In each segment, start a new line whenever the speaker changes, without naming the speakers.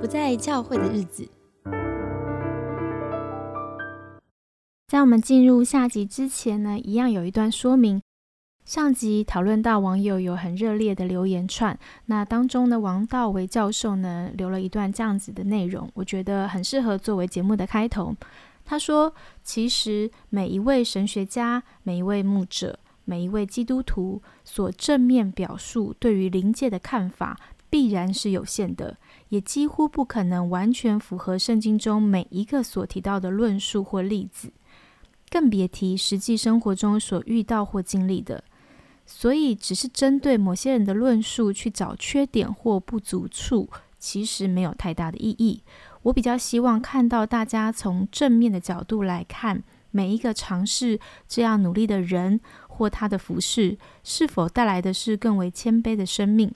不在教会的日子。
在我们进入下集之前呢，一样有一段说明。上集讨论到网友有很热烈的留言串，那当中呢，王道维教授呢留了一段这样子的内容，我觉得很适合作为节目的开头。他说：“其实每一位神学家、每一位牧者、每一位基督徒所正面表述对于灵界的看法，必然是有限的，也几乎不可能完全符合圣经中每一个所提到的论述或例子，更别提实际生活中所遇到或经历的。”所以，只是针对某些人的论述去找缺点或不足处，其实没有太大的意义。我比较希望看到大家从正面的角度来看每一个尝试这样努力的人或他的服饰，是否带来的是更为谦卑的生命，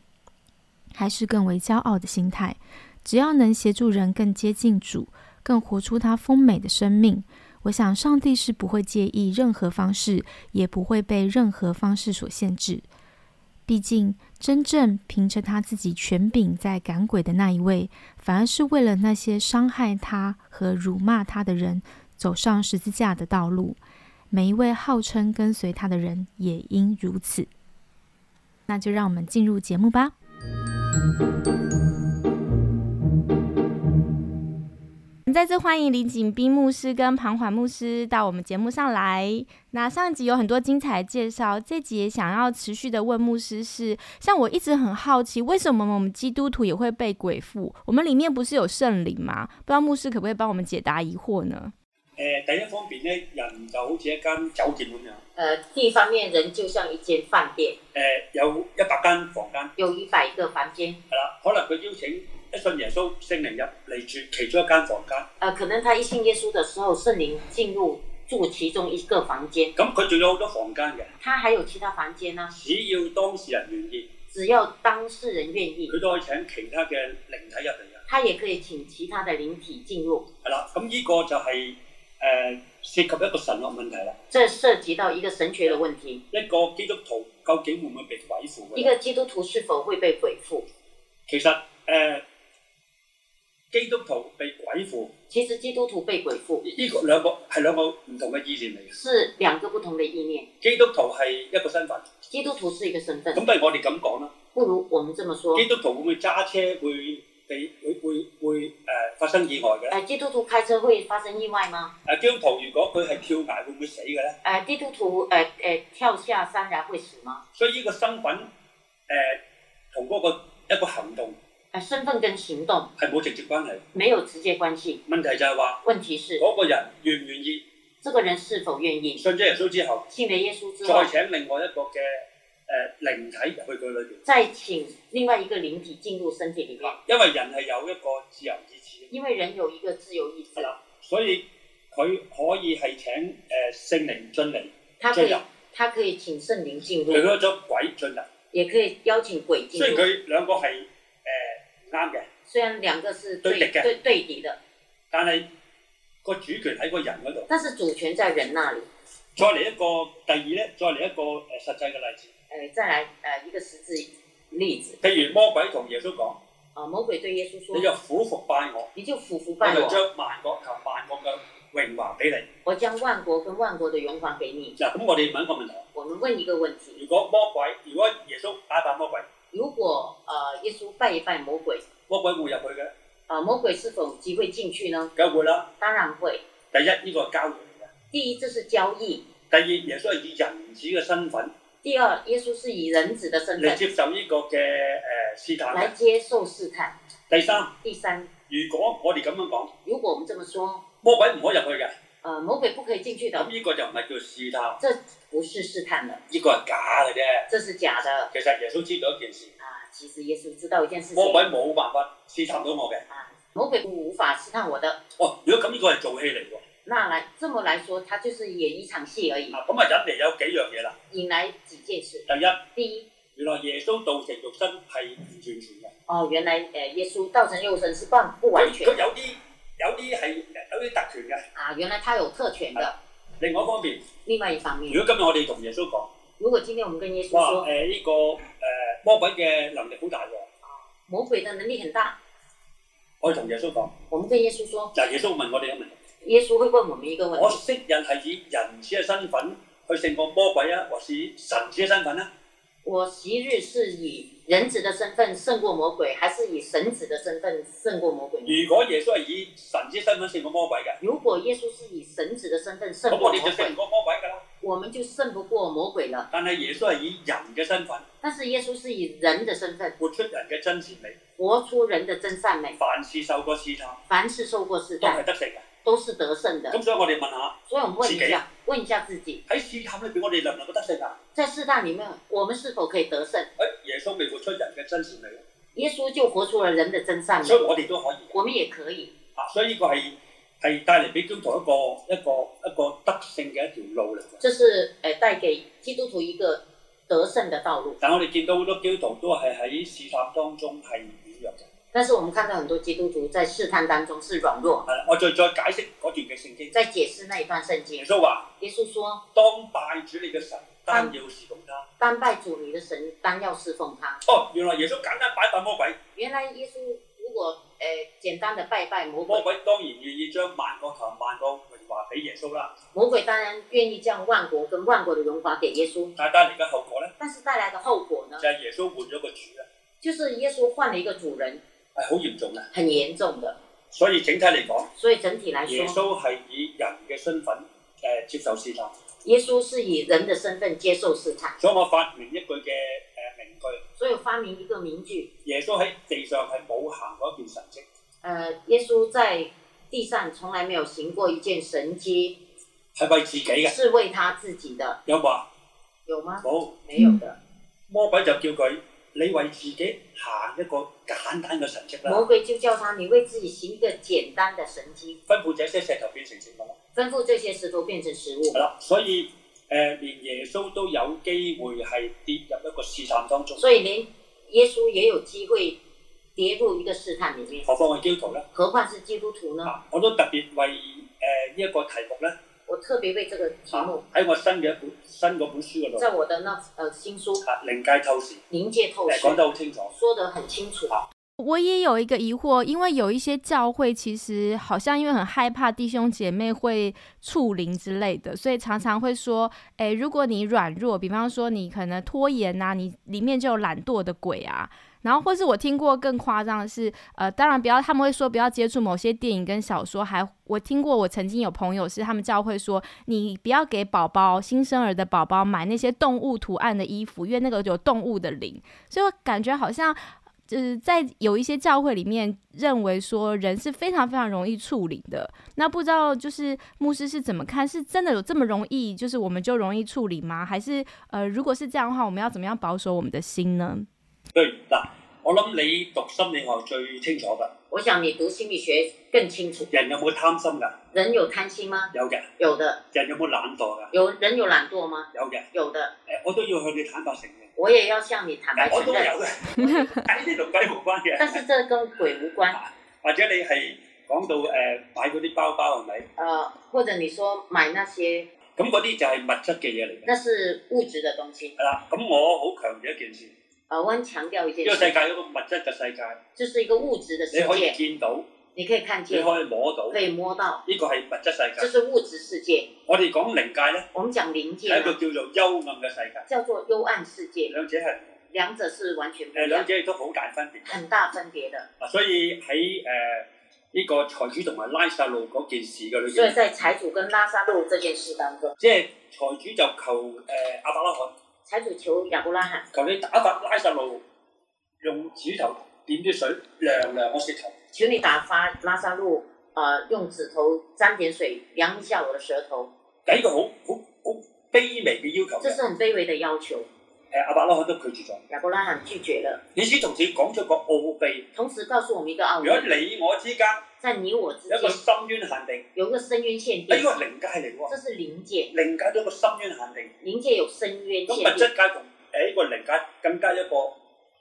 还是更为骄傲的心态。只要能协助人更接近主，更活出他丰美的生命，我想上帝是不会介意任何方式，也不会被任何方式所限制。毕竟，真正凭着他自己权柄在赶鬼的那一位，反而是为了那些伤害他和辱骂他的人走上十字架的道路。每一位号称跟随他的人也应如此。那就让我们进入节目吧。
我们再次欢迎李景斌牧师跟庞缓牧师到我们节目上来。那上一集有很多精彩的介绍，这集也想要持续的问牧师是，像我一直很好奇，为什么我们基督徒也会被鬼附？我们里面不是有圣灵吗？不知道牧师可不可以帮我们解答疑惑呢？
誒呃第一方面咧，人就好似一間酒店咁樣，誒、
呃，第一方面，人就像一间饭店，
有一百間房間，
有一百个房间，
係啦，可能佢邀請一信耶穌聖靈入嚟住其中一間房間，
呃，可能他一信耶稣的时候，圣灵进入住其中一个房间，
咁佢仲有好多房間嘅，
他还有其他房间呢、
只要當事人願意，
只要当事人願意，
佢都可以請其他嘅靈體入嚟嘅，
他也可以请其他的灵体进入。
係啦，咁呢個就係、誒涉及一個神學問題啦，
这涉及到一个神学的问题：
一個基督徒究竟會唔會被鬼附嘅
一
咧？
个基督徒是否会被鬼附？
其實誒、基督徒被鬼附，
其實基督徒被鬼附
呢、個兩個係兩個唔同嘅意念嚟嘅。
是兩個不同的意念。
基督徒係一個身份，
基督徒是一個身
咁
份，
不如我哋咁講啦。
不如我们这么说：，
基督徒會唔會揸車會被會會會誒、呃、發生意外嘅咧？
呃，基督徒開車會發生意外嗎？
誒、基督徒如果佢係跳崖會唔會死嘅咧？
呃，基督徒呃呃跳下山然会死吗？
所以呢個身份誒呃同嗰個一個行動
呃，身份跟行動
係冇直接關係。
沒有直接關係。
問題就係話
問題是
嗰個人願唔願意
這個人是否願意
信咗耶穌之後，
信了耶穌之後
再，請另外一個嘅誒、呃、靈體入去佢裏邊，
再請另外一個靈體進入身體裡面，
因為人係有一個自由意志，
因為人有一個自由意志
係，啦，所以佢可以係請誒、呃、聖靈進嚟，
他可
自
以
由
他可以請聖靈進
除
入，
咗咗鬼進嚟。
也可以邀請鬼進
雖然
入。
佢兩個係誒呃唔啱嘅，
雖然兩個是
對
對
敵嘅
對對敵的，
但係個主權喺個人嗰度。
但是主權在人那裡。
再嚟一個第二咧，再嚟一個誒實際嘅例子，
呃，再來呃一個實質例子，
譬如魔鬼同耶穌講：
啊、魔鬼對耶穌
你就
說
苦服拜我，：“
你就俯伏
我
拜
就
我。”
將萬國及萬國嘅榮華俾你。
我將萬國跟萬國的榮華給你。
嗱，咁我哋問一個問題：啊
我们问一個問題：
如果魔鬼，如果耶穌打敗魔鬼，
如果呃耶穌拜一拜魔鬼，
魔鬼會入去嘅，
呃魔鬼是否有機會進去呢？
梗係會啦。
當然會。
第一呢、個係交換嚟嘅，
第一，這是交易；
第二耶穌係以人子嘅身份
第二，耶穌是以人子的身
嚟
份
接受呢個嘅誒、試探
來
嘅。
接受試探。
第三，
第三，
如果我哋咁樣講，
如果我們這麼說，
魔鬼唔可以入去嘅。
呃魔鬼不可以進去
咁
的，
呢個就唔係叫試探，呢、
這不是試探了，
個係假嘅啫。
這是假的
其實耶穌知道一件事，
啊！其實耶穌知道一件事情
魔鬼冇辦法試探到我嘅。
啊，魔鬼無法試探我的。
哦，如果咁呢個係做戲嚟喎，
那來這麼來說，他就是演一場戲而已，
啊咁啊引嚟有幾樣嘢啦。
引來幾件事。
第一，
第一，
原來耶穌道成肉身係唔完全嘅，
哦，原來誒耶穌道成肉身是半不
佢
完全
佢有啲有啲係有啲特權嘅。
啊，原來他有特權的。
另外一方面，
另外一方面，
如果今日我哋同耶穌講，
如果今天我們跟耶穌
哇
說，
誒呢個誒魔鬼嘅能力好大喎，
魔鬼的能力很大，
我同耶穌講，
我们跟耶稣说，
就係耶穌問我哋嘅問題。
耶稣会问我们一个问
我
题：
識人係以人子嘅身份去勝過魔鬼啊，或是以神子嘅身份啊？
我昔日是以人子的身份胜过魔鬼，还是以神子的身份胜过魔鬼呢？
如果耶穌係以神子嘅身份勝過魔鬼嘅，
如果耶稣是以神子的身份胜
咁
过
我哋就
魔
勝唔
鬼，
過魔鬼㗎啦。
我们就胜不过魔鬼了。
但係耶穌係以人嘅身份
但是耶稣是以人的身份
活出人嘅真善美，
活出人的真善美，
凡事受過試探
凡事受过试
都係
探，
得勝嘅。
都是得胜的
咁。所以我哋問下
所以我们问一
自己
下，问一下自己，
喺試探裏邊，我哋能唔能夠得勝啊？
在试探里面，我们是否可以得胜？
誒，耶穌未活出人嘅真善美，
耶稣就活出了人的真善美
所，以我哋都可以嘅。
我们也可以。
啊，所以呢個係係帶嚟俾基督徒一個一個一個德性嘅一條路嚟嘅。
这是呃带给基督徒一个得胜的道路。
但我哋見到好多基督徒都係喺試探當中係軟弱嘅。
但是我们看到很多基督徒在试探當中是软弱。
係啦，我再再解釋嗰段嘅聖經。
在解釋那一段聖
耶
經，
穌話：
耶穌說
當拜主你嘅神，單要侍奉他。：“
单拜主你的神，单要侍奉他。
哦，原來耶穌簡單拜拜魔鬼，”
原来耶穌如果呃简单的拜拜魔
魔
鬼，
鬼當然願意將萬個頭萬個榮華俾耶穌啦。
魔鬼当然愿意将万国跟万国的荣华给耶稣，
但係帶嚟嘅後果咧，
但是带来的后果呢
就，係、耶穌換咗個主啊，
就是耶穌換了一个主人，
係好嚴重嘅。
很嚴重的。
所以整體嚟講，
所以整体来
耶
说，
穌係以人嘅身份誒、呃接受試探。
耶穌是以人的身份接受試探，
所以我發明一句嘅誒名句：
所以我发明一个名句，
耶穌喺地上係冇行過一件神蹟，
呃，耶稣在地上从来没有行过一件神迹，
係為自己嘅。
是为他自己的，
有冇啊？
有吗？
冇。
没有的。
魔鬼就叫佢：你為自己行一個簡單嘅神蹟
魔
啦，
鬼就叫他，你为自己行一个簡單的神迹，
吩咐這些石頭變成食物啦。
吩咐这些石头变成食物。
係啦，所以誒、呃，連耶穌都有機會係跌入一個試探當中。
所以连耶稣也有机会跌入一个试探里面，
何況係基督徒咧？
何况是基督徒呢？
啊，我都特別為誒呢一個題目咧，
我特别为这个题
啊
目，
喺我新嘅一本新嗰本書嗰度
在我的那呃新书《
啊，靈界透視
灵界透
誒
视
講》得好清楚。
说得很清楚。
我也有一个疑惑，因为有一些教会其实好像因为很害怕弟兄姐妹会触灵之类的，所以常常会说，诶，如果你软弱，比方说你可能拖延呐、你里面就有懒惰的鬼啊。然后，或是我听过更夸张的是，呃，当然不要，他们会说不要接触某些电影跟小说，还我听过，我曾经有朋友是他们教会说，你不要给宝宝新生儿的宝宝买那些动物图案的衣服，因为那个有动物的灵，所以我感觉好像就是在有一些教会里面认为说人是非常非常容易处理的，那不知道就是牧师是怎么看？是真的有这么容易，就是我们就容易处理吗？还是呃，如果是这样的话，我们要怎么样保守我们的心呢？
對嗱，我諗你讀心理學最清楚㗎，
我想你读心理学更清楚。
人有冇貪心㗎？
人有贪心吗？
有嘅。
有的。
人有冇懶惰㗎？
有人有懒惰吗？
有嘅。
有的。
誒，我都要向你坦白承認。
我也要向你坦白
哎我
承
都有
认，
嘅，喺呢度鬼無關
但
嘅。
是这跟鬼无关。
或者你係講到誒買嗰啲包包係咪？
呃，或者你说买那些
咁嗰啲就係物質嘅嘢嚟嘅。
那是物质的东西。
係啦，咁我好強調一件事，呢
呃，我很强调一件
個世
事，
界有個物質嘅世界，
这是一个物质的世
你可以
界，
見到，
你可以看
你
见，
可以摸到，
可
呢
以摸到，
個係物質世
这
界。
是物质世界。
我哋講靈界咧，
我们讲灵界
係一個
呢，
叫做幽暗嘅世界，
叫做幽暗世界，
兩者係
两者是完全不
誒
一
兩
样，
者亦都好大分別。
很大分别的。
嗱，所以喺誒呢個財主同埋拉撒路嗰件事嘅裏
所以
邊，
在财主跟拉撒路这件事当中，
即係財主就求誒阿伯拉罕。
财主求亚伯拉罕，
求你打發拉撒路，用指頭點啲水涼涼我舌頭。
求你打发拉撒路，呃，用指头沾点水量一下我的舌头，
第一個好好好卑微嘅要求
这
嘅，
是很卑微的要求。
誒阿伯拉罕都拒絕咗。
亚伯拉罕拒绝了，
你只同時講出個奧秘，
同时告诉我们一个奥
如
秘
果，你我之間
在你我之
有一個
间
深淵限定，
有一个深渊限
呢
定，
個係靈界嚟喎
这，是灵界，
靈界都有一個深淵限定。
灵界有深渊
咁
限
物質
定，
界同誒呢個靈界更加一個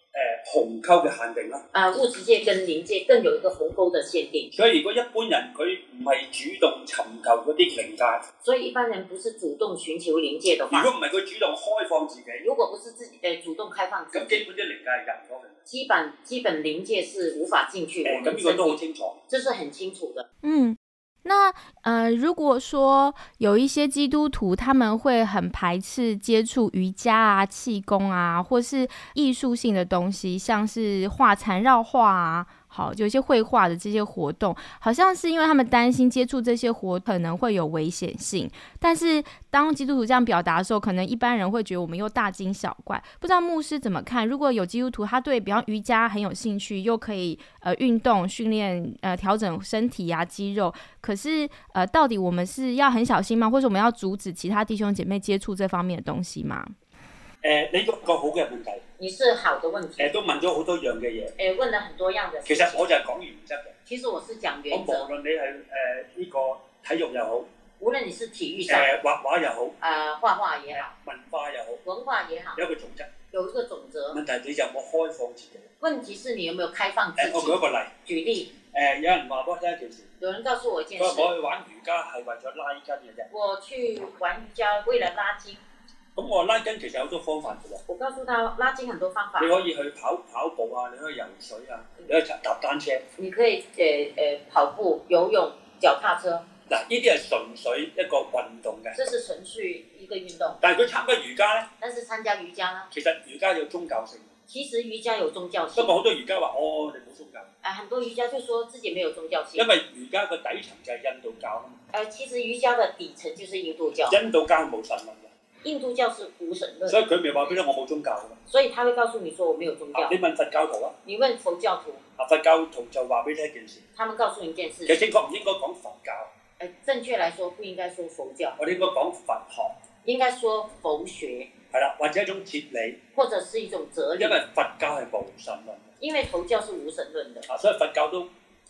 誒、呃、鴻溝嘅限定啦。
啊，物质界跟灵界更有一个鸿沟的限定，
所以如果一般人佢唔係主動尋求嗰啲靈界，
所以一般人不是主動寻求灵界的
如
话，
果唔係佢主動開放自己，
如果不是自己呃主动开放自
咁
己，
基本啲靈界係入唔到去。
基本基本临界是无法进去我
誒咁
们
呢個
身
都好
体，
清楚。
这是很清楚的。
嗯，那呃，如果说有一些基督徒他们会很排斥接触瑜伽啊、气功啊，或是艺术性的东西，像是画缠绕画啊，好，有一些绘画的这些活动，好像是因为他们担心接触这些活可能会有危险性。但是当基督徒这样表达的时候，可能一般人会觉得我们又大惊小怪。不知道牧师怎么看？如果有基督徒他对比方瑜伽很有兴趣，又可以呃运动训练呃调整身体啊肌肉，可是呃到底我们是要很小心吗？或者我们要阻止其他弟兄姐妹接触这方面的东西吗？
誒，你用個好嘅問題，
你是好的问题，
誒都問咗好多樣嘅嘢。
哎，問了很多樣的
其
事情。
實我就係講原則嘅，
其實我是講
我
原
無
則，
論你係誒呢個體育又好，
無論你是體育上，
誒畫畫又好，
呃，畫畫也好，
文化又好，
文化也好，
有一個嗯準則。
有一個總則。
問題你有冇開放自己？
問題是你有沒有開放自
誒，我舉一
己？
個例，
舉例，
誒有人話俾我聽一件事，
有人告訴我一件
佢話我
事，
去玩瑜伽係為咗拉筋嘅啫。
我去玩瑜伽為了拉筋。
咁我拉筋其實有好多方法嘅喎。
我告訴他拉筋很多方法
你，可以去跑跑步啊，你可以游水啊，
嗯
你可以踏踏單車。
你可以呃呃跑步、游泳、腳踏車，
嗱，呢啲係純粹一個運動嘅。
這是純粹一個運動。
但係佢參加瑜伽咧，
但是參加瑜伽呢，
其實瑜伽有宗教性。
其實瑜伽有宗教
不
性，
過好多瑜伽話哦，你冇宗教，
啊，很多瑜伽就說自己沒有宗教性
因，為瑜伽個底層就係印度教啊嘛。
呃，其實瑜伽的底層就是印度教，
印度教係冇神論嘅，
印度教是無神
所
論，
以佢咪話俾你聽我冇宗教㗎。
所以他會告訴你說我沒有宗
啊
教
你。問佛教徒啊，
你問佛教徒，
啊佛教徒就話俾你聽一件事，
他們告訴你一件事
其實，正確唔應該講佛教，
呃，正確來說不應該說佛教，
我哋應該講佛學，
應該說佛學，
係啦，或者一種哲理，
或者是一種哲理
因，為佛教係無神論嘅。
因為佛教是無神論的，
啊，所以佛教都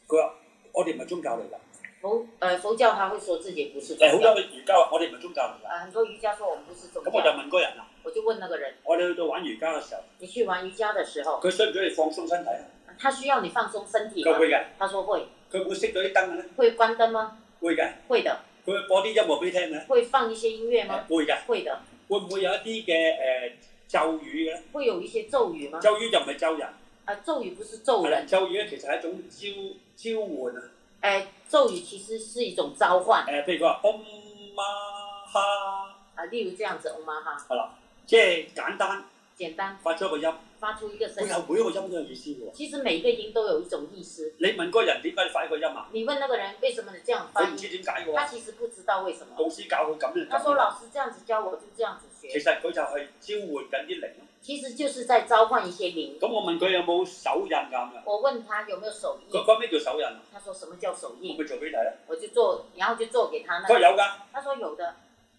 佢話我哋唔係宗教嚟㗎，
佛呃佛教他會說自己不是
誒好
宗教
多。嘅瑜伽話我哋唔係宗教嚟㗎。
啊，很多瑜伽说我们不是宗
咁我就
教，
問嗰個人啦，
我就问那个人，
我哋去到玩瑜伽嘅時候，
你去玩瑜伽的时候，呃
佢需唔需要放鬆身體啊？
他需要你放松身体吗
佢？會嘅，
他说会，
佢會熄咗啲燈嘅咧，
会关灯吗？
會嘅，
会的，
佢會播啲音樂俾你聽嘅咧，
会放一些音乐吗？
會嘅，
会的，
會唔會有一啲嘅誒咒語嘅咧？
会有一些咒语吗？
咒語就唔係咒人，
啊，咒语不是咒
係啦，
人，
咒語咧其實係一種召召喚啊，
哎、咒语其实是一種召喚
誒譬如佢話 Om Ma Ha，
啊，例如这样子，我妈哈，
係啦，即係簡單
简单
發出一個音，
发出一个
佢
聲音，
有每一個音都有意思嘅喎。
其實每一個音都有一種意思。
你問嗰個人點解你發一個音啊？
你問那個人為什麼你這樣
佢
翻
唔知
譯，
點解嘅
他
喎，
其實不知道為什麼。
老師教佢咁樣就
他
咁
說
啦。
老師這樣子教我，就這樣子
其
學，
實佢就係召喚緊啲靈咯。
其實就是在召喚一些靈。
咁我問佢有冇手印㗎咁樣，
我問他有沒有手印
佢，講咩叫手印啊？
他说什么叫手
我
印，
咪做俾你睇啦。
我就做，然後就做給他那
佢話
個。
有㗎，
他說有的，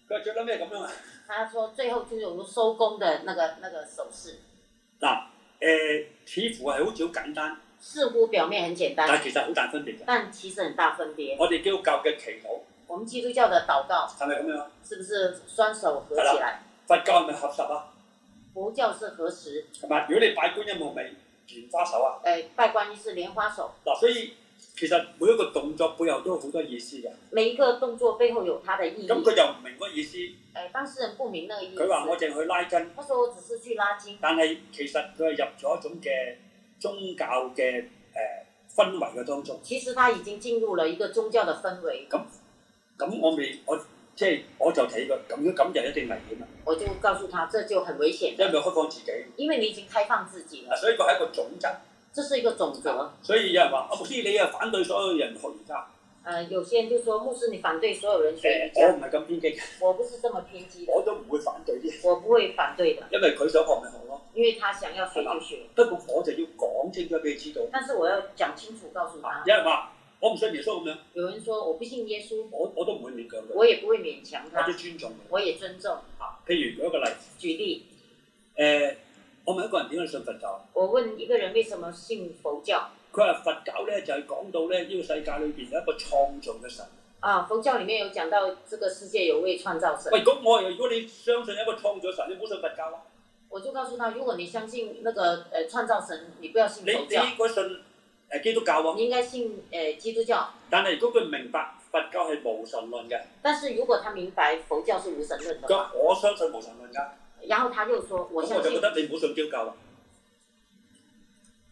佢話最撚咩咁樣啊？
他說最後就有收工的那個那個手勢，
嗱，誒、似乎係好似好簡單，
似乎表面很簡
但係
單，
其實好大分別嘅。
但其實很大分別。
我哋基督教嘅祈禱
我們基督教的禱告
係咪咁樣啊？
是不是雙手合起來？
佛教係咪合十啊？
佛教是合十，
係咪？如果你拜觀音，係咪蓮花手啊？
呃，拜觀音是蓮花手，
嗱，所以其實每一個動作背後都有好多意思嘅。
每一個動作背後有它的意
咁佢
義。
又唔明嗰個意思，
呃，當事人不明那個意
佢話我
思，
淨去拉筋。
他說我只是去拉筋，
但係其實佢係入咗一種嘅宗教嘅誒、呃氛圍嘅當中。
其實他已經進入了一個宗教的氛圍。
咁我未我即係我就睇佢咁樣咁就一定危險啦，
我就告訴他，這就很危險
因，為開放自己，
因為你已經開放自己了，
所以佢係一個總則。
這是一個總則。
所以有人話：阿牧師，你又反對所有人學瑜伽？
呃，有些人就說牧師，你反對所有人學瑜
誒，我
伽，
唔係咁偏激，
我不是這麼偏激的，
我都唔會反對啲，
我不會反對的，
因為佢想學咪學咯。
因為他想要學就學，
不過我就要講清楚俾佢知道。
但是我要講清楚告訴
啊
他。
有人話：我唔信耶穌咁樣，
有人說我不信耶穌，
我我都唔會勉強佢，
我也不會勉強
我
他
都，尊重佢。
我也尊重。
啊，譬如舉一個例，誒、
舉例，
我問一個人點解信佛教？
我問一個人為什麼信佛教
佢話佛教咧就係、講到咧呢個世界裏邊有一個創造嘅神。
啊？佛教裡面有講到這個世界有位創造神，
喂，咁我如果你相信一個創造神，你唔好信佛教啊啦。
我就告訴他，如果你相信那個呃創造神，你不要信
你
佛
你
教，
應該信誒基督教喎。
你應該信呃基督教。
但係如果佢明白佛教係無神論嘅，
但是如果他明白佛教是無神論的話，
咁我相信無神論㗎，
然後他就說我
啊咁我
相
就覺
信。
得你唔好信基督教啦。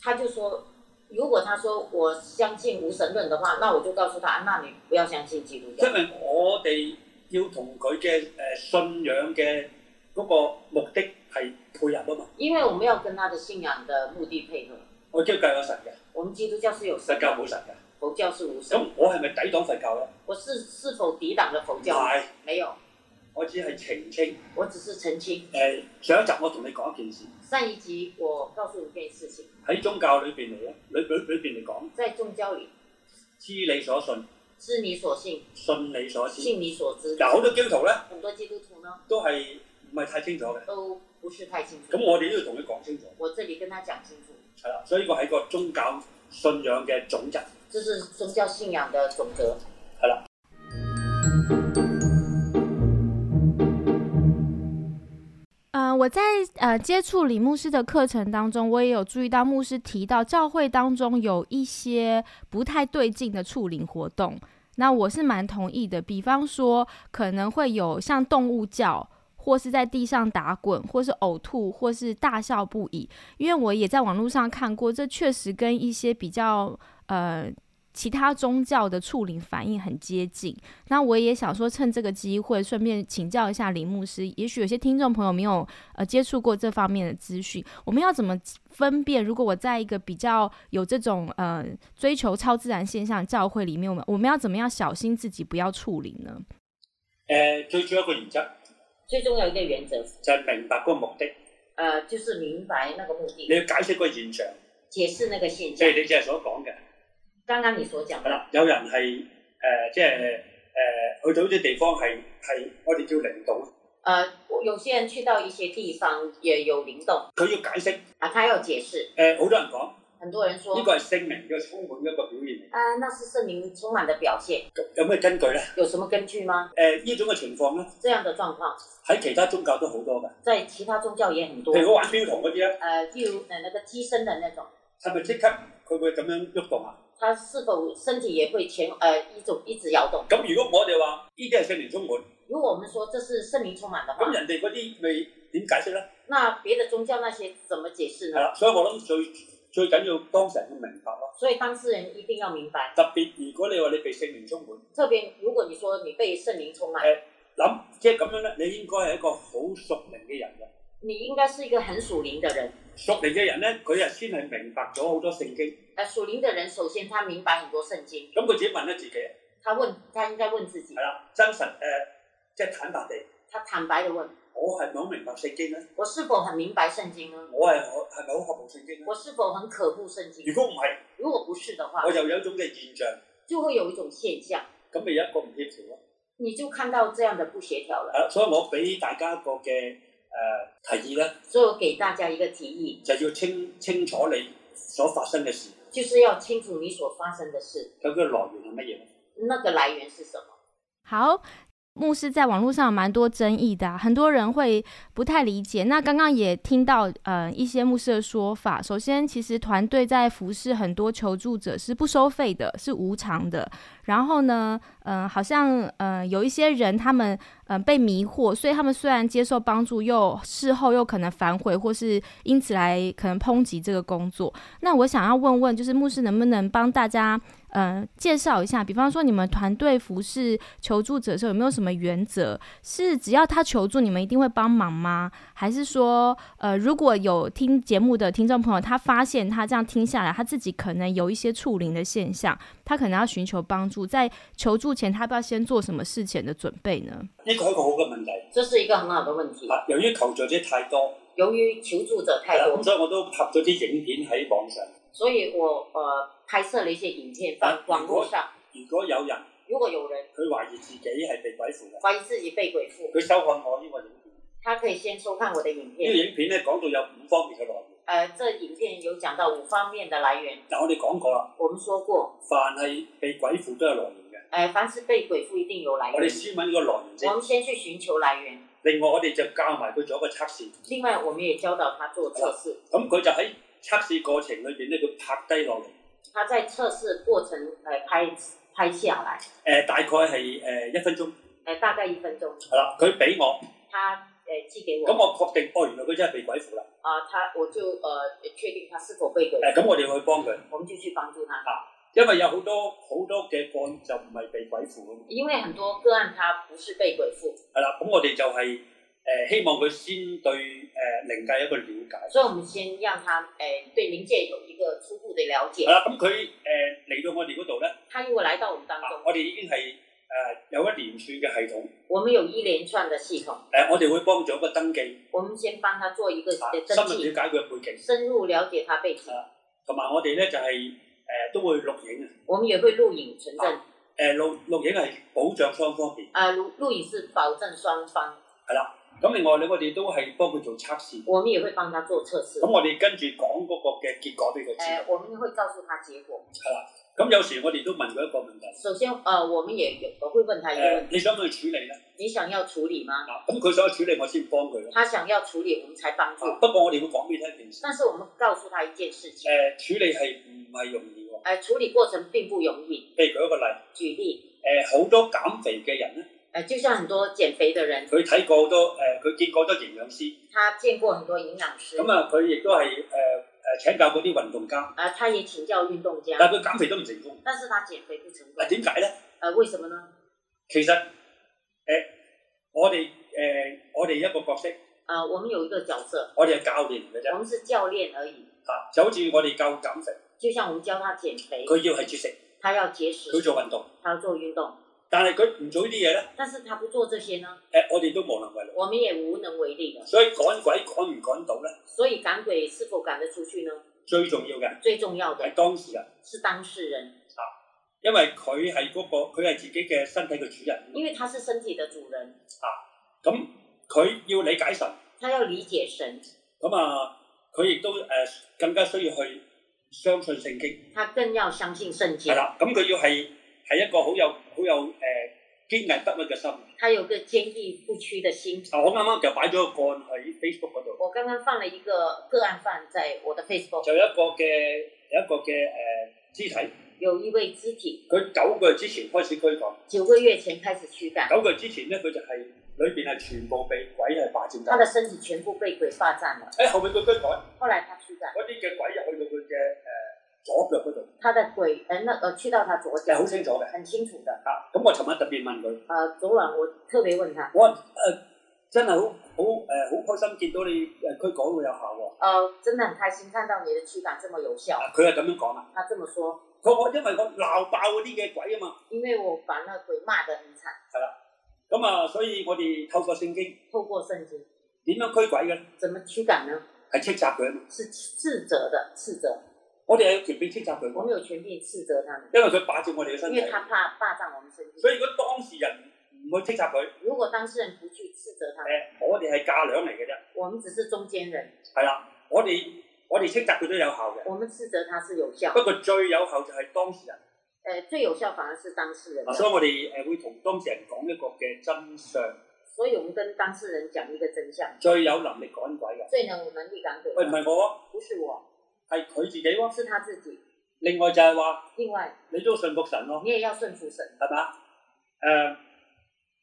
他就说，如果他说我相信无神论的话，那我就告诉他，啊那你不要相信基督教
因。為我哋要同佢嘅誒信仰嘅嗰個目的係配合啊嘛，
因为我们要跟他的信仰的目的配合。
我基督教有神嘅，
我们基督教是有
佛
神
教
的，
冇神嘅，
佛教是无神。
咁我係咪抵擋佛教咧？
我是是否抵挡了佛
唔
教？
係，
没有，
我只係澄清。
我只是澄清。
誒、上一集我同你講一件事，
上一集我告诉你一件事情，
喺宗教裏邊嚟咧，裏裏裏邊嚟講，
在宗教里，
知你所信，
知你所信，
信你所知。
信你所知。
嗱，好多基督徒咧
很多基督徒呢
都係唔係太清楚嘅，
都不是太清楚。
咁我哋都要同佢講清楚，
我这里跟他讲清楚，
係啦。所以呢個係個宗教信仰嘅總則，
这是宗教信仰的总则。
係啦。
呃，我在呃接触李牧师的课程当中，我也有注意到牧师提到教会当中有一些不太对劲的处理活动。那我是蛮同意的，比方说可能会有像动物叫，或是在地上打滚，或是呕吐，或是大笑不已。因为我也在网络上看过，这确实跟一些比较呃其他宗教的处理反应很接近。那我也想说，趁这个机会，顺便请教一下林牧师，也许有些听众朋友没有呃接触过这方面的资讯，我们要怎么分辨？如果我在一个比较有这种呃追求超自然现象的教会里面，我们我们要怎么样小心自己不要处理呢？
誒、最呃主要一個原則
最重要一个原则，
就係、明白嗰個目的，
呃，就是明白那个目
你
的，
要解釋個現象，
解释那个现
即
象。
係你只係所講嘅。
刚刚你所讲
係
的，
啦，有人係誒、呃即係誒、去到啲地方係係我哋叫領導，
呃，我有些人去到一些地方也有灵动
佢要解釋。誒、
啊，他要解释。
好多人講
很多人说
呢個係聖靈嘅充滿一個表現嚟，
啊，那是圣灵充满的表现，
咁有咩根據咧？
有什么根据吗？
誒、呢種嘅情況咧，
这样的状况
喺其他宗教都好多㗎。
在其他宗教也很多
譬。如我玩標堂嗰啲咧，
呃，例如呃那个机身的那种，
係咪即刻佢會咁樣喐動啊？
他是否身体也会前呃一种一直搖动？
咁如果我哋話呢啲係聖靈充滿，
如果我们说这是圣灵充满的话
咁，人哋嗰啲咪點解釋咧？
那别的宗教那些怎么解释
係
呢？
啦，所以我諗最最緊要當事人要明白咯。
所以当事人一定要明白，
特別如果你話你被聖靈充滿。
特别如果你说你被圣灵充满，
哎諗，即係咁樣咧，你應該係一個好熟靈嘅人嘅。
你应该是一个很属灵的人。
熟靈嘅人咧，佢啊先係明白咗好多聖經，
呃，属灵的人首先他明白很多圣经，
咁佢自己問咗自己，
他问他应该问自己
係，啦，真實誒、呃即係坦白地，
他坦白的问：
我係咪好明白聖經咧？
我是否很明白圣经呢？
我係我係咪好渴望聖經咧
我？是否很渴慕圣经
如？果唔係，
如果不是的话
我，就有一種嘅現象，
就会有一種現象，
咁咪有一個唔協調咯。
你就看到這樣的不協
係
調了。
啦，所以我俾大家一個嘅誒、呃提議咧，
所以我給大家一個提議，
就要清清楚你所發生嘅事，
就是要清楚你所發生的事，
究竟來源係乜嘢。
那個來源是什么。
好，牧师在网络上有蛮多争议的啊、很多人会不太理解。那刚刚也听到呃一些牧师的说法，首先其实团队在服侍很多求助者是不收费的，是无偿的。然后呢，嗯、好像呃有一些人他们嗯、呃被迷惑，所以他们虽然接受帮助，又事后又可能反悔，或是因此来可能抨击这个工作。那我想要问问，就是牧师能不能帮大家呃，介绍一下，比方说你们团队服侍求助者的时候，有没有什么原则？是只要他求助，你们一定会帮忙吗？还是说，呃，如果有听节目的听众朋友，他发现他这样听下来，他自己可能有一些触灵的现象，他可能要寻求帮助，在求助前，他要不要先做什么事前的准备呢？
呢個係一個好嘅問題。
这是一個很好的問題。
啊，由於求助者太多，
由於求助者
係
太
啦，
多
咁，所以我都拍咗啲影片喺網上。
所以我呃拍攝了一些影片放網絡上。
如果有人
如果有人
佢懷疑自己係被鬼附嘅，
懷疑自己被鬼附，
佢收看我呢個影片。
他可以先收看我的影
呢、個
片。
影片咧講到有五方面嘅內容。
呃，這影片有講到五方面的來源，
嗱，我哋講過啦，
我們說過，
凡係被鬼附都有來源嘅。
呃，凡是被鬼附一定有來
我哋
源。
先揾個來源
我
先。
們先去尋求來源。
另外，我哋就教埋佢做一個測試。
另外，我們也教導他做測試。
咁佢就喺測試過程裏邊咧，佢拍低落嚟。誒、
他在测试过程呃拍拍下来，
大概係誒、一分鐘。
呃大概一分钟，
係啦，佢俾我，
他呃寄给
咁
我，
我確定，哦，原來佢真係被鬼附啦。
啊、他我就呃确定他是否被鬼附
誒哎咁我哋會幫佢，
我们就去帮助他。
因為有好多好多嘅個案就唔係被鬼附嘅，
因为很多个案他不是被鬼附，
係啦。咁我哋就係、誒、希望佢先對誒、靈界有一個了解。
所以我们先让他诶、呃对灵界有一个初步的了解
係。啦，咁佢誒嚟到我哋嗰度咧，
他如果来到我们当
啊
中，
我哋已經係誒、有一連串嘅系統，誒、
我们有一连串的系统，
我哋會幫助一個登記，
我们先帮他做一个
啊
的
深
登
入
记，
了解佢嘅背景，
深入了解他背景。
同埋我哋咧就係、誒、都會錄影啊，
我们也会录影存证，
誒錄錄影係保障雙方面。
啊，录录影是保证双方，
咁另外咧，我哋都係幫佢做測試。
我们也会帮他做测试
咁。我哋跟住講嗰個嘅結果俾佢知
呃，。我们会告诉他结果。
咁有時我哋都問佢一個問題：
首先，呃，我们也有我会问他一
誒、
个问题：
你想唔想去處理咧？
你想要处理吗？
啊，咁佢想處理，我先幫佢咯。
他想要处理，我们才帮助。
啊不過我哋會講俾你聽一件事。
但是我们告诉他一件事情
誒、，處理係唔係容易喎？
呃，处理过程并不容易。
譬如舉一個例，誒、
举例，
好多減肥嘅人咧，
呃，就像很多减肥的人，
佢睇過好多誒，佢、見過好多營養師，
他见过很多营養师，
咁啊，佢亦都係誒誒請教嗰啲運動家，
呃，他也请教运动
但
家，
係佢減肥都唔成功。
但是他减肥不成功
嗱，。點解咧？
呃，为什么呢？
其實誒、我哋誒、我哋一個角色，
呃，我们有一个角色，
我哋係教練嚟嘅啫
我。们是教练而已，
啊，就好似我哋教減肥，
就像我们教他减肥，
佢要係節食，
他要节食，
佢做運動，
他要做运动，
但係佢唔做呢啲嘢咧，
但是他不做这些呢，
誒、我哋都無能為力。
我们也无能为力的。
所以趕鬼趕唔趕到咧，
所以赶鬼是否赶得出去呢？
最重要嘅
最重要
係
的
當事人，
是当事人，
因為佢係嗰個佢係自己嘅身體嘅主
因
人，
为他是身体的主人，
咁佢要理解神，
他要理解神，
咁啊佢亦都誒、更加需要去相信聖經，
他更要相信圣
係
经，
啦，咁佢要係係一個好有好有誒、堅毅不屈嘅心。
他有个坚毅不屈的心。
啊，我啱啱就擺咗個案喺 Facebook 嗰度。
我刚刚放了一个个案放在我的 Facebook，
就有一個嘅有一個嘅誒、肢體，
有一位肢体
佢九個月之前開始驅趕，
九个月前开始驱赶，
九個月之前咧佢就係裏邊係全部被鬼係霸佔
他的
曬。
身体全部被鬼霸占了。
誒、後尾佢驅趕，
后来他驱赶，
嗰啲嘅鬼入去到佢嘅誒左腳嗰度，
他的鬼，呃，那呃，去到他左
係
脚
好，清楚嘅。
很清楚的。
啊，咁我尋日特別問佢，
呃，昨晚我特别问他，
我話誒、呃真係好好誒好開心見到你誒驅趕會有效喎。
呃，真的很开心看到你的驱赶这么有效。
啊佢係咁樣講啦，
他这么说，
佢話我因為我鬧爆嗰啲嘅鬼啊嘛，
因为我把那鬼骂得很惨。
咁啊，所以我哋透過聖經
透过圣经
點樣驅鬼嘅呢？
怎么驱赶呢？
係斥責佢啊嘛，
是斥责的，斥责。
我哋係有權柄斥責佢
我
喎，
们有权利斥责他们，
因為佢霸佔我哋嘅身
因
體
为。他怕霸占我们身体。
所以如果當事人唔去斥責佢，
如果當事人不去斥责他
誒、
们，
我哋係嫁娘嚟嘅啫，
我们只是中间人，
係啦，我哋我哋斥責佢都有效嘅，
我们斥责他是有效
不。過最有效就係當事人，啊
呃，最有效反而是当事人的
嗱，所以我哋呃誒會同當事人講一個嘅真相，
所以我们跟当事人讲一个真相，
最有能力趕鬼嘅，
最能有能力赶鬼
喂唔
的
係我，
不是我，
係佢自己喎。
是他自己。
另外就係話
另外，
你都信服神咯，
你也要顺服神，
係嘛？誒、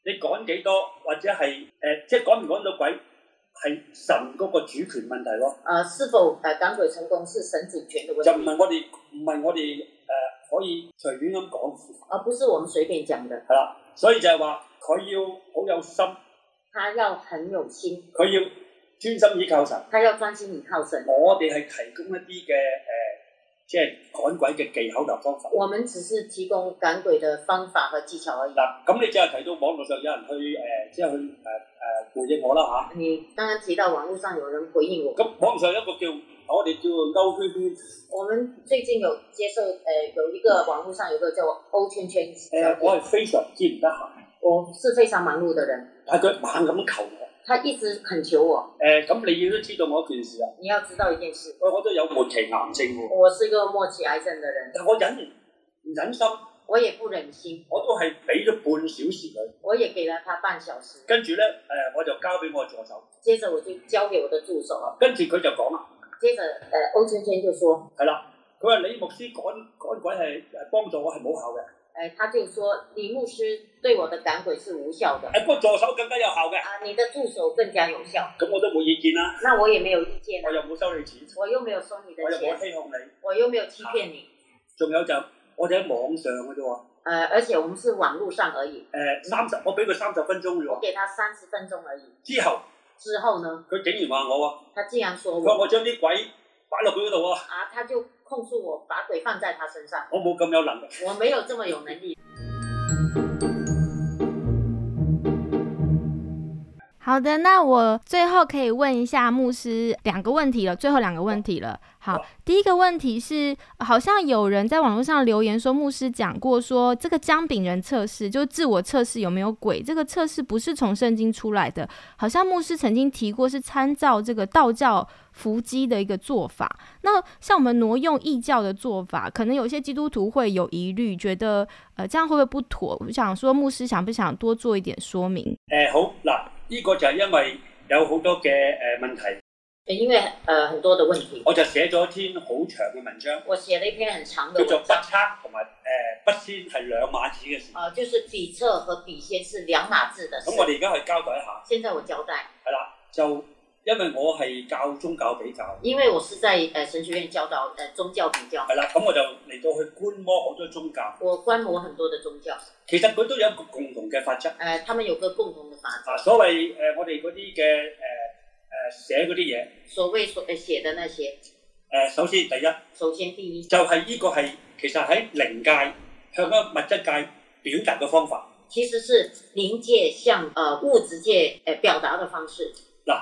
你趕幾多或者係誒、即係趕唔趕到鬼，係神嗰個主權問題咯，
呃，是否呃赶鬼成功是神主权的问
就唔
题，
係我哋唔係我哋誒、可以隨便咁講。
而不是我们随便讲的。
係啦，所以就係話佢要好有心，
他要很有心，
佢要專心倚靠神。
他要专心倚靠神。
我哋係提供一啲嘅誒，即係趕鬼嘅技巧同方法。
我们只是提供赶鬼的方法和技巧而已。
嗱，咁你就係提到網絡上有人去誒、即係去誒誒、回應我啦
你刚刚提到網絡上有人回應我
吓，，咁網上有一個叫我哋叫做勾圈圈，
我們最近有接受呃有一個網絡上有個叫歐圈圈
誒、
小
我
姐，
係非常之唔得閒，
我是非常忙碌的人，
但係佢猛咁求我。
她一直懇求我，
誒、咁你都知道我一件事啊，
你要知道一件事，
我我都有末期癌症喎，
我是個末期癌症的人，
但我忍唔忍心，
我也不忍心，
我都係俾咗半小時佢，
我也給了她半小時，
跟住咧誒我就交俾我助手。
接着我就交給我的助手，
跟住佢就講啊啦，
接着呃歐圈圈就說，
係啦，佢話李牧師趕趕鬼係係幫助我係冇效嘅，
哎，他就说李牧师对我的赶鬼是无效的，
誒不過助手更加有效嘅，
啊，你的助手更加有效。
咁我都冇意見啦，
那我也没有意见
我，又冇收你錢，
我又没有收你的
我又冇
钱，
欺哄你，
我又没有欺骗你，
仲有就我哋喺網上嘅啫喎，
呃，而且我们是网络上而已，
誒三十，我俾佢三十分鐘嘅
我
喎，
给他三十分钟而已。
之後
之后呢，
佢竟然話我啊，
他竟然说
佢話
我
我將啲鬼擺落佢嗰度啊，
啊，他就控诉我把鬼放在他身上，
我冇咁有能力，
我没有这么有能力。
好的，那我最后可以问一下牧师两个问题了，最后两个问题了。好
哇，
第一个问题是，呃好像有人在网络上留言说，牧师讲过说这个姜饼人测试，就是自我测试有没有鬼，这个测试不是从圣经出来的，好像牧师曾经提过是参照这个道教伏击的一个做法。那像我们挪用异教的做法，可能有些基督徒会有疑虑，觉得呃这样会不会不妥？我想说，牧师想不想多做一点说明？
誒好嗱，呢個就係因為有好多嘅誒問題，
因为呃很多的问题，
我就寫咗一篇好長嘅文章，
我写了一篇很长的
叫做
文
不
章，
測同埋誒不先係兩碼子嘅事，
呃，就是比测和比先是两码子的事
咁。我哋而家去交代一下，
现在我交代，
係啦，就因為我係教宗教比較。
因为我是在呃神学院教导呃宗教比较
係，啦，咁我就嚟到去觀摩好多宗教，
我观摩很多的宗教，
其實佢都有一個共同嘅法則。
呃，他们有个共同的法
啊，
则，
所謂誒、呃我哋嗰啲嘅誒誒寫嗰啲嘢，誒、呃
所谓所呃写的那些，
首先第一
首先第一，
就係、呢個係其實喺靈界向一個物質界表達嘅方法。
其实是灵界向呃物质界呃表达的方式。
誒、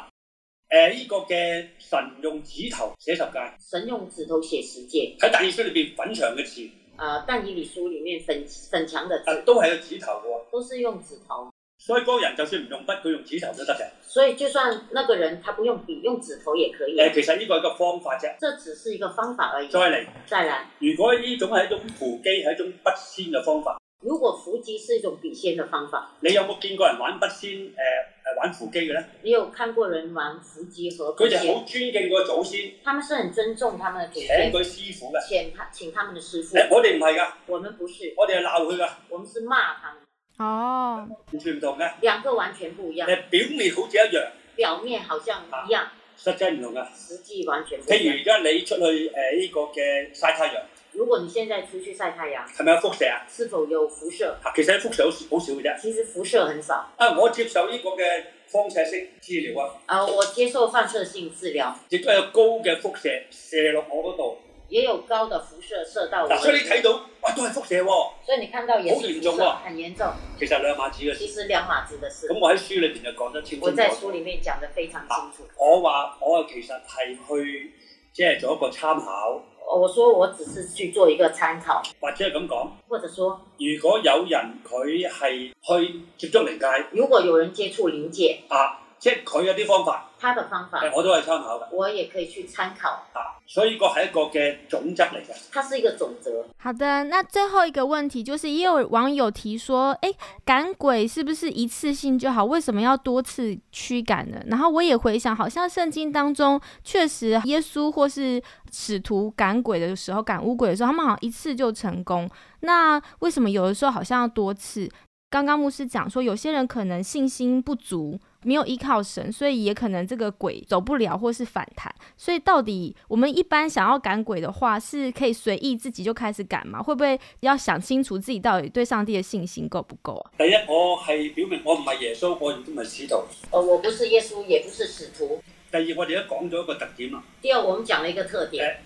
呃呢、個嘅神用指頭寫十戒，
神用指头写十诫，
喺大意書裏邊粉牆嘅字，
呃，但以理书里面粉粉墙的
啊
字
都係有指頭嘅喎。
都是用指头，
所以嗰個人就算唔用筆，佢用指頭都得嘅。
所以就算那个人他不用笔，用指头也可以
誒、，呃其實呢個係一個方法啫。
这只是一个方法而已
再。嚟，
再来，
如果呢種係一種扶機，係一種筆仙嘅方法，
如果伏击是一种笔仙的方法，
你有冇見過人玩筆仙誒誒、呃玩扶機嘅咧？
你有看过人玩伏击和
佢
笔
哋
仙？
好尊敬個祖先，
他们是很尊重他们的祖
請
先
佢，師傅嘅。
请他请他们的师傅
誒、。哎我哋唔係㗎，
我们不是，
我哋係鬧佢㗎，
我们是骂他们，
哦，
完全唔同嘅。
两个完全不一样，
誒表面好似一樣，
表面好像一样，
實際唔同㗎。
实际完全不一
譬
样。
如而家你出去誒呢、個嘅曬太陽，
如果你現在出去晒太陽，
係咪有輻射啊？
是否有輻射？
嚇，其實啲輻射好少好少嘅啫。
其實輻射很少。
啊，我接受呢個嘅放射性治療啊，
呃，我接受放射性治療，
亦都有高嘅輻射射落我嗰度。
也有高的輻射射到我
嗱、
的。
所以你睇到，哇，都係輻射喎、
所以你看到也是
好嚴
輻
重
射
啊
很嚴重，
其實兩碼子嘅事。
其實兩碼子的事
咁。我喺書裏邊就講得清清
我在
楚
書
楚。
裡面講得非常清楚。
我話我其實係去即係做一個參考，
我說我只是去做一個參考，
或者係咁講。
或者說，
如果有人佢係去接觸靈界
如果有人接觸靈界，
啊，即係佢有啲方法，
他的方法
誒我都係參考嘅
我也可以去參考，
啊，所以個係一個嘅總則嚟嘅。
它是一個總則。
好的，那最后一个问题就是，也有网友提说，诶，赶鬼是不是一次性就好？为什么要多次驱赶呢？然后我也回想，好像圣经当中确实耶稣或是使徒赶鬼的时候，赶乌鬼的时候，他们好像一次就成功。那为什么有的时候好像要多次？刚刚牧师讲说，有些人可能信心不足，没有依靠神，所以也可能这个鬼走不了或是反弹。所以到底我们一般想要赶鬼的话，是可以随意自己就开始赶吗？会不会要想清楚自己到底对上帝的信心够不够啊？
第一，我係表明我唔係耶穌，我亦都唔係使徒。
呃，我不是耶穌，也不是使徒。
第二，我哋都講咗一個特點啦，
第二，我們講了一個特點。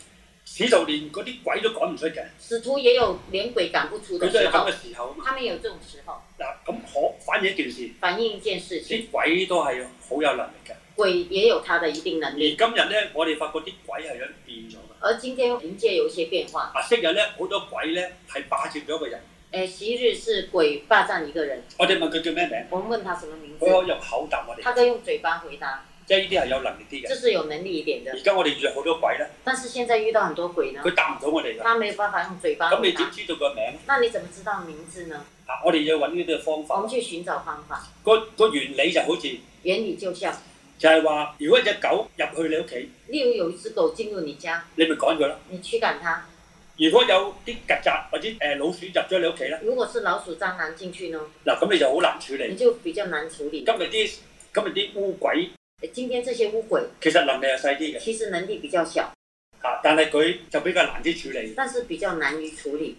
使徒連嗰啲鬼都趕唔出嘅，
使徒也有連鬼赶不出的
佢都係
時
咁
候
嘅，時候啊嘛。
他们也有這種時候，
嗱，咁可反映一件事，
反映一件事情，
啲鬼都係好有能力嘅。
鬼也有他的一定能
而
力。
今日咧，我哋發覺啲鬼係有變咗嘅。
而今天靈界有一些變化，
啊，昔日咧好多鬼咧係霸佔咗一個人，
呃，昔日是鬼霸占一個人，
我哋問佢叫咩名，
我們問他什麼名字，
佢可以用口答我哋。
他都用嘴巴回答，
即係呢啲係有能力啲
這
嘅。
是有能力一點
而
的。
家我哋遇好多鬼咧，
但是現在遇到很多鬼呢，
佢答唔到我哋㗎。
他沒有辦法用嘴巴
咁你
回
點
答。
知道佢個名？
那你怎麼知道名字呢？
啊，我哋要揾呢啲嘅方
我們
法。
去尋找方法。
個個原理就好似
原理就像，
就係話，如果一隻狗入去你屋企，
例如有一隻狗進入你家，
你咪趕佢咯。
你驅趕它，
如果有啲曱甴或者誒老鼠入咗你屋企咧，
如果是老鼠、蟑螂进去呢，
嗱咁你就好難處
你
理。
就比较难处理。
今日啲今日啲烏鬼
诶今天这些乌鬼
其實能力係細啲嘅
其实能力比较小，
嚇，但係佢就比較難啲處理。誒、
但是比较难于处理。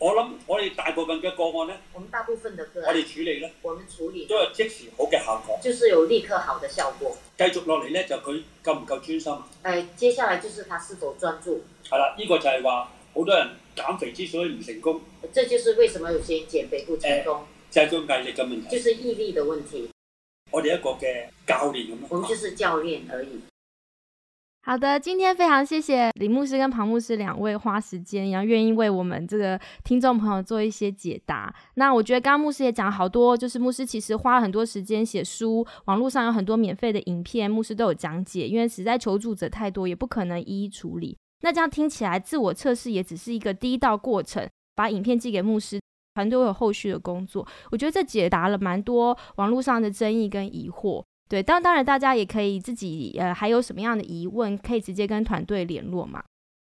我諗我哋大部分嘅個案咧，
我们大部分的个
我
案，
哋處理咧
我们处理
都有即時好嘅效果。
就是有立刻好的效果。
繼續落嚟咧，就佢夠唔夠專心？
呃，接下来就是他是否专注，
係啦，呢、個就係話好多人減肥之所以唔成功，
呃这就是为什么有些人減肥不成功，
就係、佢毅力嘅問
就
題。
是毅力的问题。
我哋一個嘅教練咁
我们
咯
就。是教练而已。
好的，今天非常谢谢李牧师跟庞牧师两位花时间，然后愿意为我们这个听众朋友做一些解答。那我觉得刚刚牧师也讲好多，就是牧师其实花了很多时间写书，网络上有很多免费的影片，牧师都有讲解，因为实在求助者太多，也不可能一一处理。那这样听起来，自我测试也只是一个第一道过程，把影片寄给牧师，团队会有后续的工作。我觉得这解答了蛮多网络上的争议跟疑惑。对，当当然大家也可以自己呃，还有什么样的疑问，可以直接跟团队联络嘛。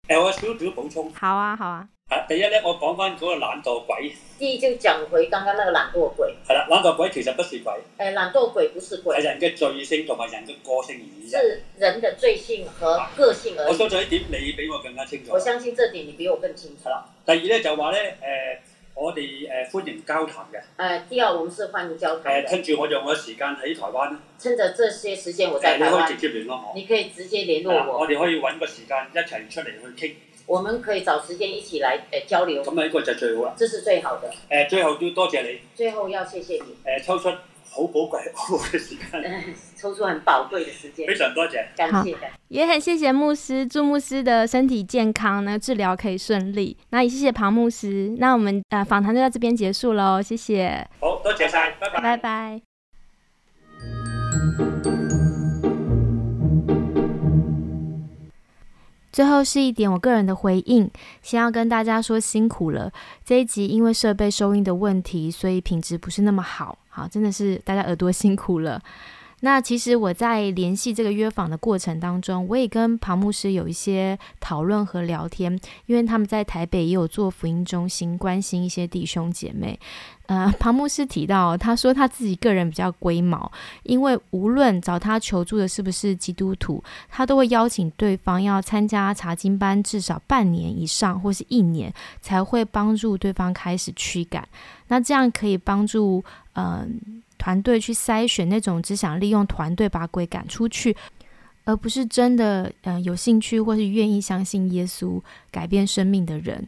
誒，我有少少補充
好啊，好啊，
啊。第一咧，我講翻嗰個懶惰鬼
第一就讲回刚刚那个懒惰鬼，
係啦，懶惰鬼其實不是鬼，
呃，懒惰鬼不是
係
鬼，
人嘅罪性同埋人嘅個性而已啫。
是人的罪性和个性而
我
已。
相信呢點你比我更加清楚
我。相信这点你比我更清楚。
第二咧就話咧誒，我哋誒歡迎交談嘅。
呃，第二，我们是欢迎交谈
誒，
的，
哎趁住我用我嘅時間喺台灣咧，
趁着这些时间我
誒
在台
哎你可以
湾，
直接聯絡我。
你可以直接联络
啊
我，
我哋可以揾個時間一齊出嚟去
我们可以找时间一起来呃交流
傾，，咁啊呢個就最好啦。
这是最好的。
誒，最後要多謝你。
最后要谢谢你，
誒 呃抽出好寶貴、好嘅時間，
呃抽出很宝贵的时间
非，常多謝。
感谢感谢。
也很谢谢牧师，祝牧师的身体健康呢，治疗可以顺利。那也谢谢庞牧师，那我们呃访谈就到这边结束喽，谢谢，
好多謝晒，拜拜
拜。拜。
最后是一点我个人的回应，先要跟大家说辛苦了。这一集因为设备收音的问题，所以品质不是那么好，好，真的是大家耳朵辛苦了。那其实我在联系这个约访的过程当中，我也跟庞牧师有一些讨论和聊天，因为他们在台北也有做福音中心，关心一些弟兄姐妹。呃，庞牧师提到，他说他自己个人比较龟毛，因为无论找他求助的是不是基督徒，他都会邀请对方要参加查经班至少半年以上或是一年，才会帮助对方开始驱赶。那这样可以帮助嗯、团队去筛选那种只想利用团队把鬼赶出去，而不是真的嗯、呃有兴趣或是愿意相信耶稣改变生命的人。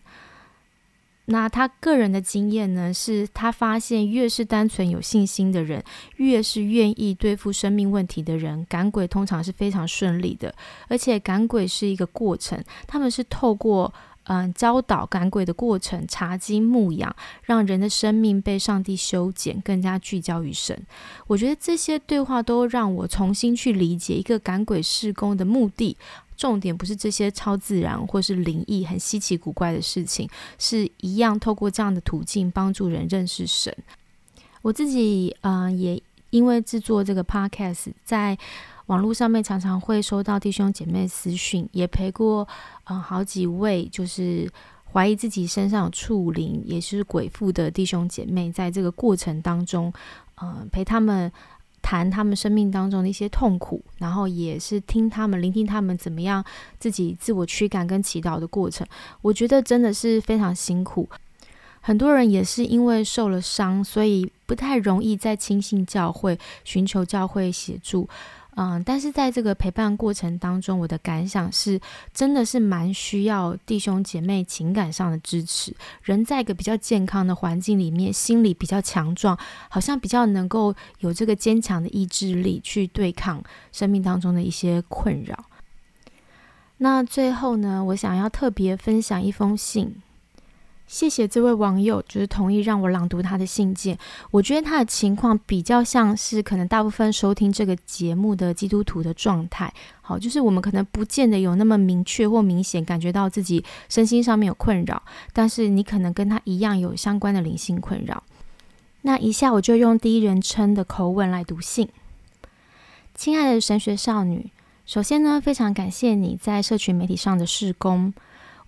那他个人的经验呢，是他发现越是单纯有信心的人，越是愿意对付生命问题的人，赶鬼通常是非常顺利的。而且赶鬼是一个过程，他们是透过嗯教导赶鬼的过程、查经牧养，让人的生命被上帝修剪，更加聚焦于神。我觉得这些对话都让我重新去理解一个赶鬼事工的目的。重点不是这些超自然或是灵异、很稀奇古怪的事情，是一样透过这样的途径帮助人认识神。我自己嗯、呃也因为制作这个 podcast，在网络上面常常会收到弟兄姐妹私讯，也陪过嗯、呃好几位就是。怀疑自己身上有触灵，也是鬼附的弟兄姐妹，在这个过程当中，呃，陪他们谈他们生命当中的一些痛苦，然后也是听他们、聆听他们怎么样自己自我驱赶跟祈祷的过程。我觉得真的是非常辛苦，很多人也是因为受了伤，所以不太容易再亲信教会，寻求教会协助。嗯，但是在这个陪伴过程当中，我的感想是，真的是蛮需要弟兄姐妹情感上的支持。人在一个比较健康的环境里面，心理比较强壮，好像比较能够有这个坚强的意志力去对抗生命当中的一些困扰。那最后呢，我想要特别分享一封信，谢谢这位网友，就是同意让我朗读他的信件。我觉得他的情况比较像是可能大部分收听这个节目的基督徒的状态。好，就是我们可能不见得有那么明确或明显感觉到自己身心上面有困扰，但是你可能跟他一样有相关的灵性困扰。那以下我就用第一人称的口吻来读信。亲爱的神学少女，首先呢，非常感谢你在社群媒体上的试工。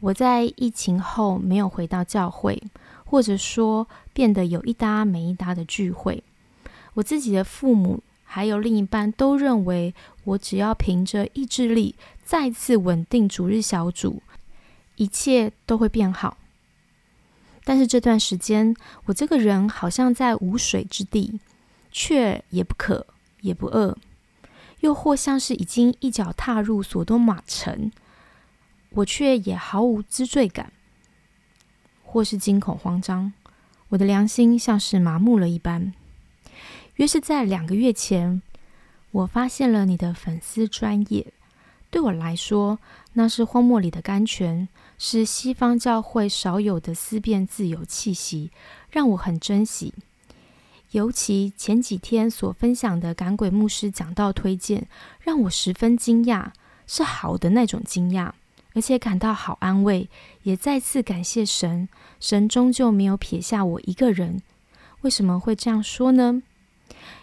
我在疫情后没有回到教会，或者说变得有一搭没一搭的聚会。我自己的父母还有另一半都认为，我只要凭着意志力再次稳定主日小组，一切都会变好。但是这段时间，我这个人好像在无水之地，却也不渴也不饿，又或像是已经一脚踏入索多玛城，我却也毫无知罪感，或是惊恐慌张。我的良心像是麻木了一般。约是在两个月前，我发现了你的粉丝专业。对我来说，那是荒漠里的甘泉，是西方教会少有的思辨自由气息，让我很珍惜。尤其前几天所分享的赶鬼牧师讲道推荐，让我十分惊讶，是好的那种惊讶，而且感到好安慰，也再次感谢神，神终究没有撇下我一个人。为什么会这样说呢？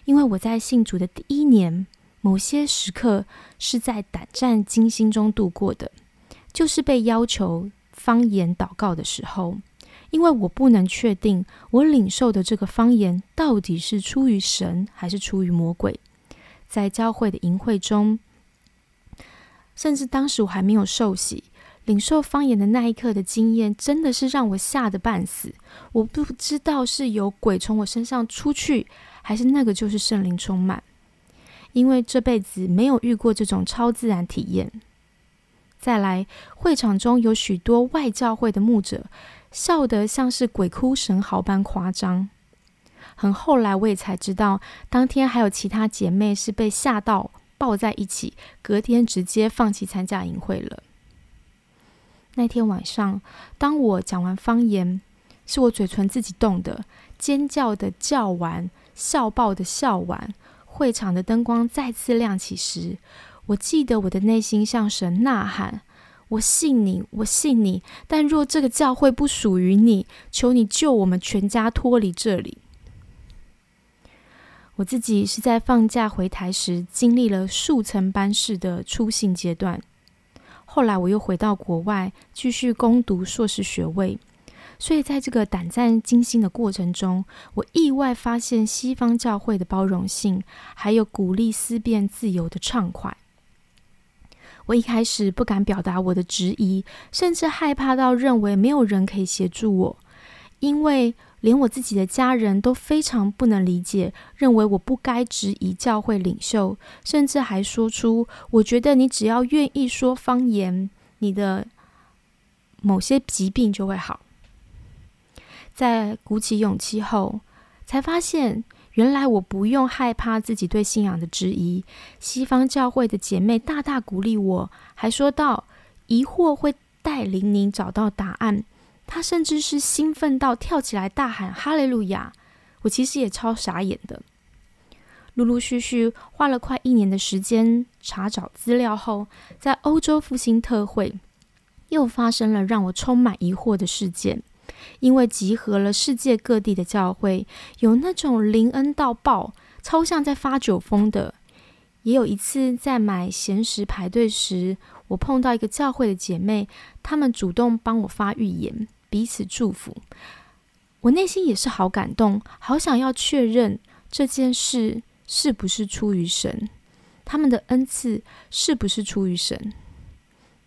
因为我在信主的第一年，某些时刻是在胆战惊心中度过的，就是被要求方言祷告的时候，因为我不能确定我领受的这个方言到底是出于神还是出于魔鬼。在教会的营会中，甚至当时我还没有受洗，领受方言的那一刻的经验，真的是让我吓得半死。我不知道是有鬼从我身上出去，还是那个就是圣灵充满，因为这辈子没有遇过这种超自然体验。再来，会场中有许多外教会的牧者，笑得像是鬼哭神嚎般夸张。很后来我也才知道，当天还有其他姐妹是被吓到抱在一起，隔天直接放弃参加营会了。那天晚上，当我讲完方言，是我嘴唇自己动的，尖叫的叫完，笑爆的笑完，会场的灯光再次亮起时，我记得我的内心向神呐喊：“我信你，我信你！但若这个教会不属于你，求你救我们全家脱离这里。”我自己是在放假回台时经历了数层班式的初信阶段，后来我又回到国外继续攻读硕士学位，所以在这个胆战惊心的过程中，我意外发现西方教会的包容性，还有鼓励思辨自由的畅快。我一开始不敢表达我的质疑，甚至害怕到认为没有人可以协助我，因为连我自己的家人都非常不能理解，认为我不该质疑教会领袖，甚至还说出我觉得你只要愿意说方言，你的某些疾病就会好。在鼓起勇气后，才发现原来我不用害怕自己对信仰的质疑。西方教会的姐妹大大鼓励我，还说到疑惑会带领你找到答案。她甚至是兴奋到跳起来大喊哈利路亚。我其实也超傻眼的。陆陆续续花了快一年的时间查找资料后，在欧洲复兴特会又发生了让我充满疑惑的事件。因为集合了世界各地的教会，有那种灵恩到爆、超像在发酒疯的。也有一次在买咸食排队时，我碰到一个教会的姐妹，她们主动帮我发预言，彼此祝福。我内心也是好感动，好想要确认这件事是不是出于神，他们的恩赐是不是出于神。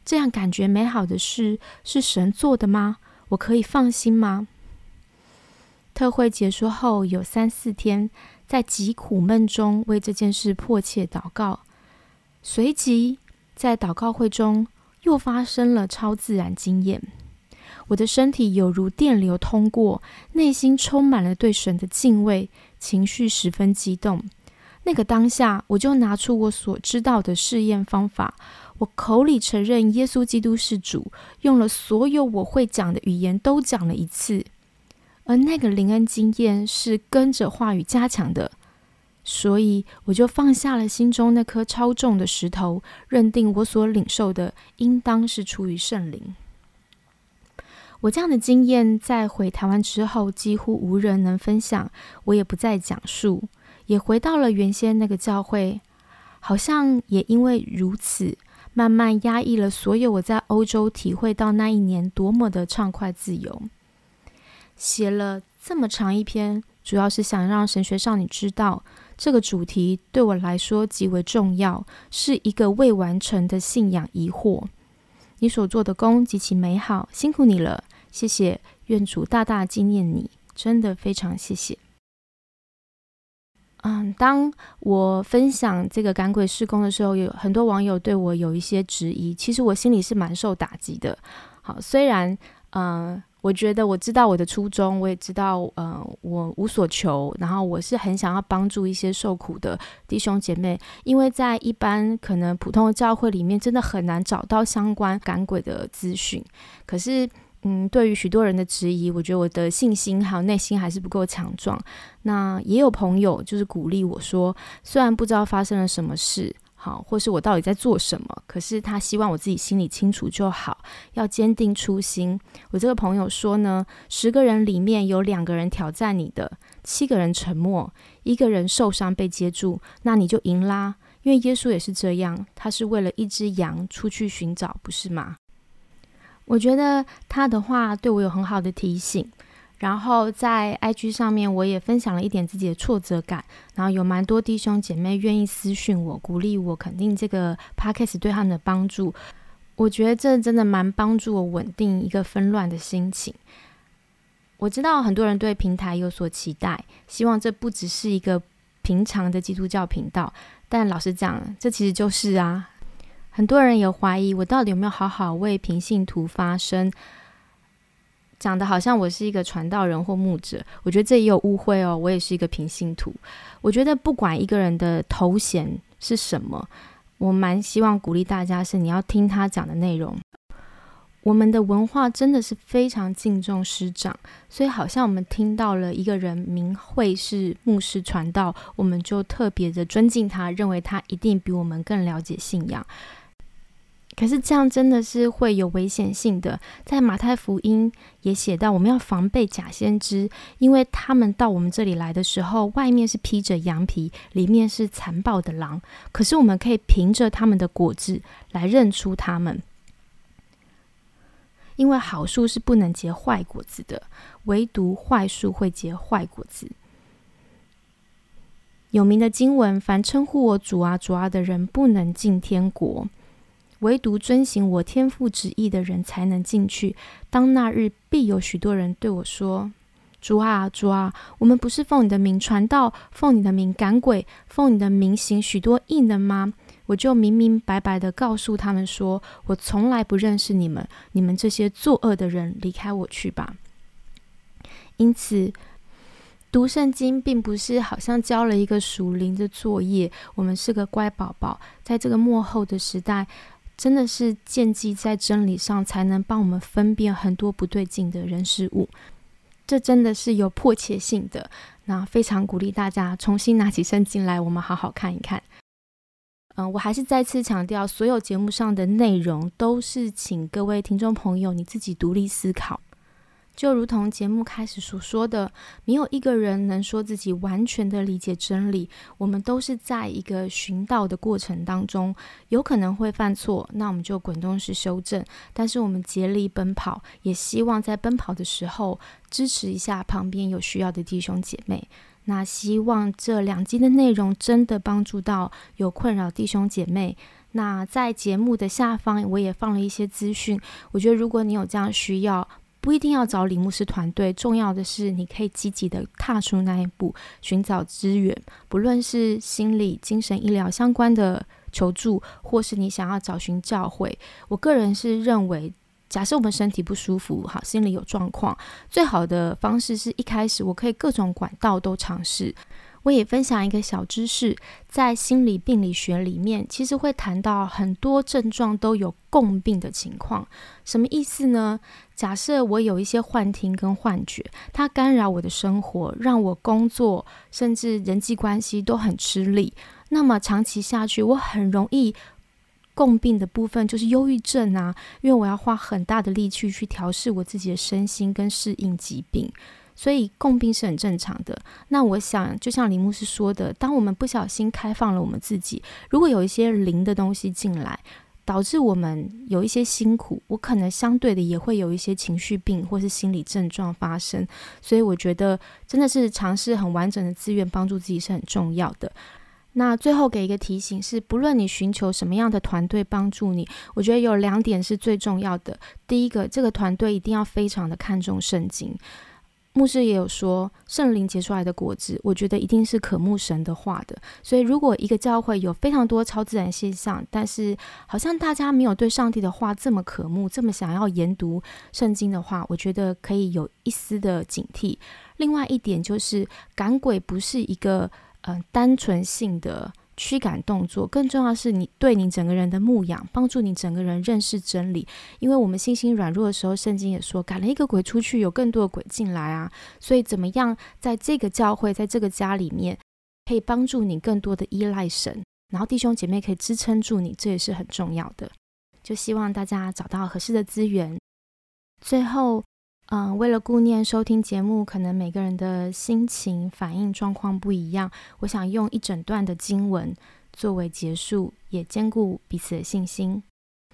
这样感觉美好的事是神做的吗？我可以放心吗？特会结束后有三四天，在极苦闷中为这件事迫切祷告。随即，在祷告会中又发生了超自然经验，我的身体有如电流通过，内心充满了对神的敬畏，情绪十分激动。那个当下，我就拿出我所知道的试验方法，我口里承认耶稣基督是主，用了所有我会讲的语言都讲了一次，而那个灵恩经验是跟着话语加强的，所以我就放下了心中那颗超重的石头，认定我所领受的应当是出于圣灵。我这样的经验在回台湾之后几乎无人能分享，我也不再讲述，也回到了原先那个教会，好像也因为如此，慢慢压抑了所有我在欧洲体会到那一年多么的畅快自由。写了这么长一篇，主要是想让神学少女知道，这个主题对我来说极为重要，是一个未完成的信仰疑惑。你所做的功极其美好，辛苦你了，谢谢，愿主大大纪念你，真的非常谢谢。嗯，当我分享这个赶鬼施工的时候，有很多网友对我有一些质疑，其实我心里是蛮受打击的。好，虽然呃，我觉得我知道我的初衷，我也知道呃，我无所求，然后我是很想要帮助一些受苦的弟兄姐妹，因为在一般可能普通的教会里面，真的很难找到相关赶鬼的资讯。可是，嗯，对于许多人的质疑，我觉得我的信心还有内心还是不够强壮。那也有朋友就是鼓励我说，虽然不知道发生了什么事，好，或是我到底在做什么，可是他希望我自己心里清楚就好，要坚定初心。我这个朋友说呢，十个人里面有两个人挑战你的，七个人沉默，一个人受伤被接住，那你就赢啦。因为耶稣也是这样，他是为了一只羊出去寻找，不是吗？我觉得他的话对我有很好的提醒。然后在 IG 上面，我也分享了一点自己的挫折感，然后有蛮多弟兄姐妹愿意私讯我，鼓励我，肯定这个 podcast 对他们的帮助。我觉得这真的蛮帮助我稳定一个纷乱的心情。我知道很多人对平台有所期待，希望这不只是一个平常的基督教频道，但老实讲，这其实就是啊。很多人也怀疑我到底有没有好好为平信徒发声。讲的好像我是一个传道人或牧者，我觉得这也有误会哦。我也是一个平信徒。我觉得不管一个人的头衔是什么，我蛮希望鼓励大家是你要听他讲的内容。我们的文化真的是非常敬重师长，所以好像我们听到了一个人名讳是牧师传道，我们就特别的尊敬他，认为他一定比我们更了解信仰。可是这样真的是会有危险性的。在马太福音也写到，我们要防备假先知，因为他们到我们这里来的时候，外面是披着羊皮，里面是残暴的狼。可是我们可以凭着他们的果子来认出他们，因为好树是不能结坏果子的，唯独坏树会结坏果子。有名的经文：凡称呼我主啊主啊的人，不能进天国。唯独遵行我天父旨意的人才能进去。当那日，必有许多人对我说：“主啊，主啊，我们不是奉你的名传道，奉你的名赶鬼，奉你的名行许多异能吗？”我就明明白白的告诉他们说：“我从来不认识你们，你们这些作恶的人，离开我去吧。”因此。读圣经并不是好像交了一个属灵的作业，我们是个乖宝宝，在这个幕后的时代，真的是建基在真理上，才能帮我们分辨很多不对劲的人事物。这真的是有迫切性的，那非常鼓励大家重新拿起圣经来，我们好好看一看。嗯，我还是再次强调，所有节目上的内容都是请各位听众朋友你自己独立思考。就如同节目开始所说的，没有一个人能说自己完全的理解真理。我们都是在一个寻道的过程当中，有可能会犯错，那我们就滚动式修正。但是我们竭力奔跑，也希望在奔跑的时候支持一下旁边有需要的弟兄姐妹。那希望这两集的内容真的帮助到有困扰弟兄姐妹。那在节目的下方，我也放了一些资讯。我觉得如果你有这样需要，不一定要找李牧师团队，重要的是你可以积极的踏出那一步，寻找资源，不论是心理、精神医疗相关的求助，或是你想要找寻教会。我个人是认为，假设我们身体不舒服，好，心理有状况，最好的方式是一开始我可以各种管道都尝试。我也分享一个小知识，在心理病理学里面，其实会谈到很多症状都有共病的情况。什么意思呢？假设我有一些幻听跟幻觉，它干扰我的生活，让我工作甚至人际关系都很吃力。那么长期下去，我很容易共病的部分就是忧郁症啊，因为我要花很大的力气去调试我自己的身心跟适应疾病。所以共病是很正常的。那我想，就像林牧师说的，当我们不小心开放了我们自己，如果有一些灵的东西进来，导致我们有一些辛苦，我可能相对的也会有一些情绪病或是心理症状发生，所以我觉得真的是尝试很完整的资源帮助自己是很重要的。那最后给一个提醒是，不论你寻求什么样的团队帮助你，我觉得有两点是最重要的。第一个，这个团队一定要非常的看重圣经。牧师也有说，圣灵结出来的果子，我觉得一定是渴慕神的话的。所以，如果一个教会有非常多超自然现象，但是好像大家没有对上帝的话这么渴慕，这么想要研读圣经的话，我觉得可以有一丝的警惕。另外一点就是，赶鬼不是一个嗯、呃单纯性的驱赶动作，更重要的是你对你整个人的牧养，帮助你整个人认识真理。因为我们信心软弱的时候，圣经也说，赶了一个鬼出去，有更多的鬼进来啊。所以怎么样，在这个教会，在这个家里面，可以帮助你更多的依赖神，然后弟兄姐妹可以支撑住你，这也是很重要的。就希望大家找到合适的资源。最后，嗯，为了顾念收听节目，可能每个人的心情反应状况不一样，我想用一整段的经文作为结束，也兼顾彼此的信心。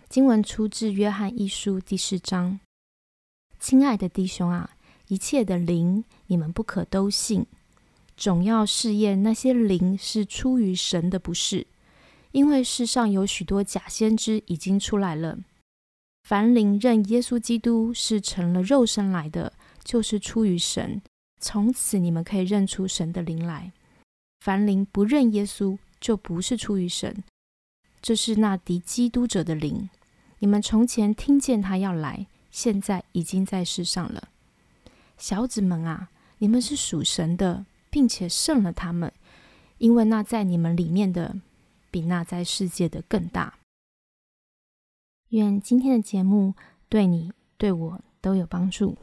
经文出自《约翰一书》第四章。亲爱的弟兄啊，一切的灵，你们不可都信，总要试验那些灵是出于神的，不是？因为世上有许多假先知已经出来了。凡灵认耶稣基督是成了肉身来的，就是出于神。从此你们可以认出神的灵来。凡灵不认耶稣，就不是出于神，这是那敌基督者的灵。你们从前听见他要来，现在已经在世上了。小子们啊，你们是属神的，并且胜了他们，因为那在你们里面的，比那在世界的更大。愿今天的节目对你、对我都有帮助。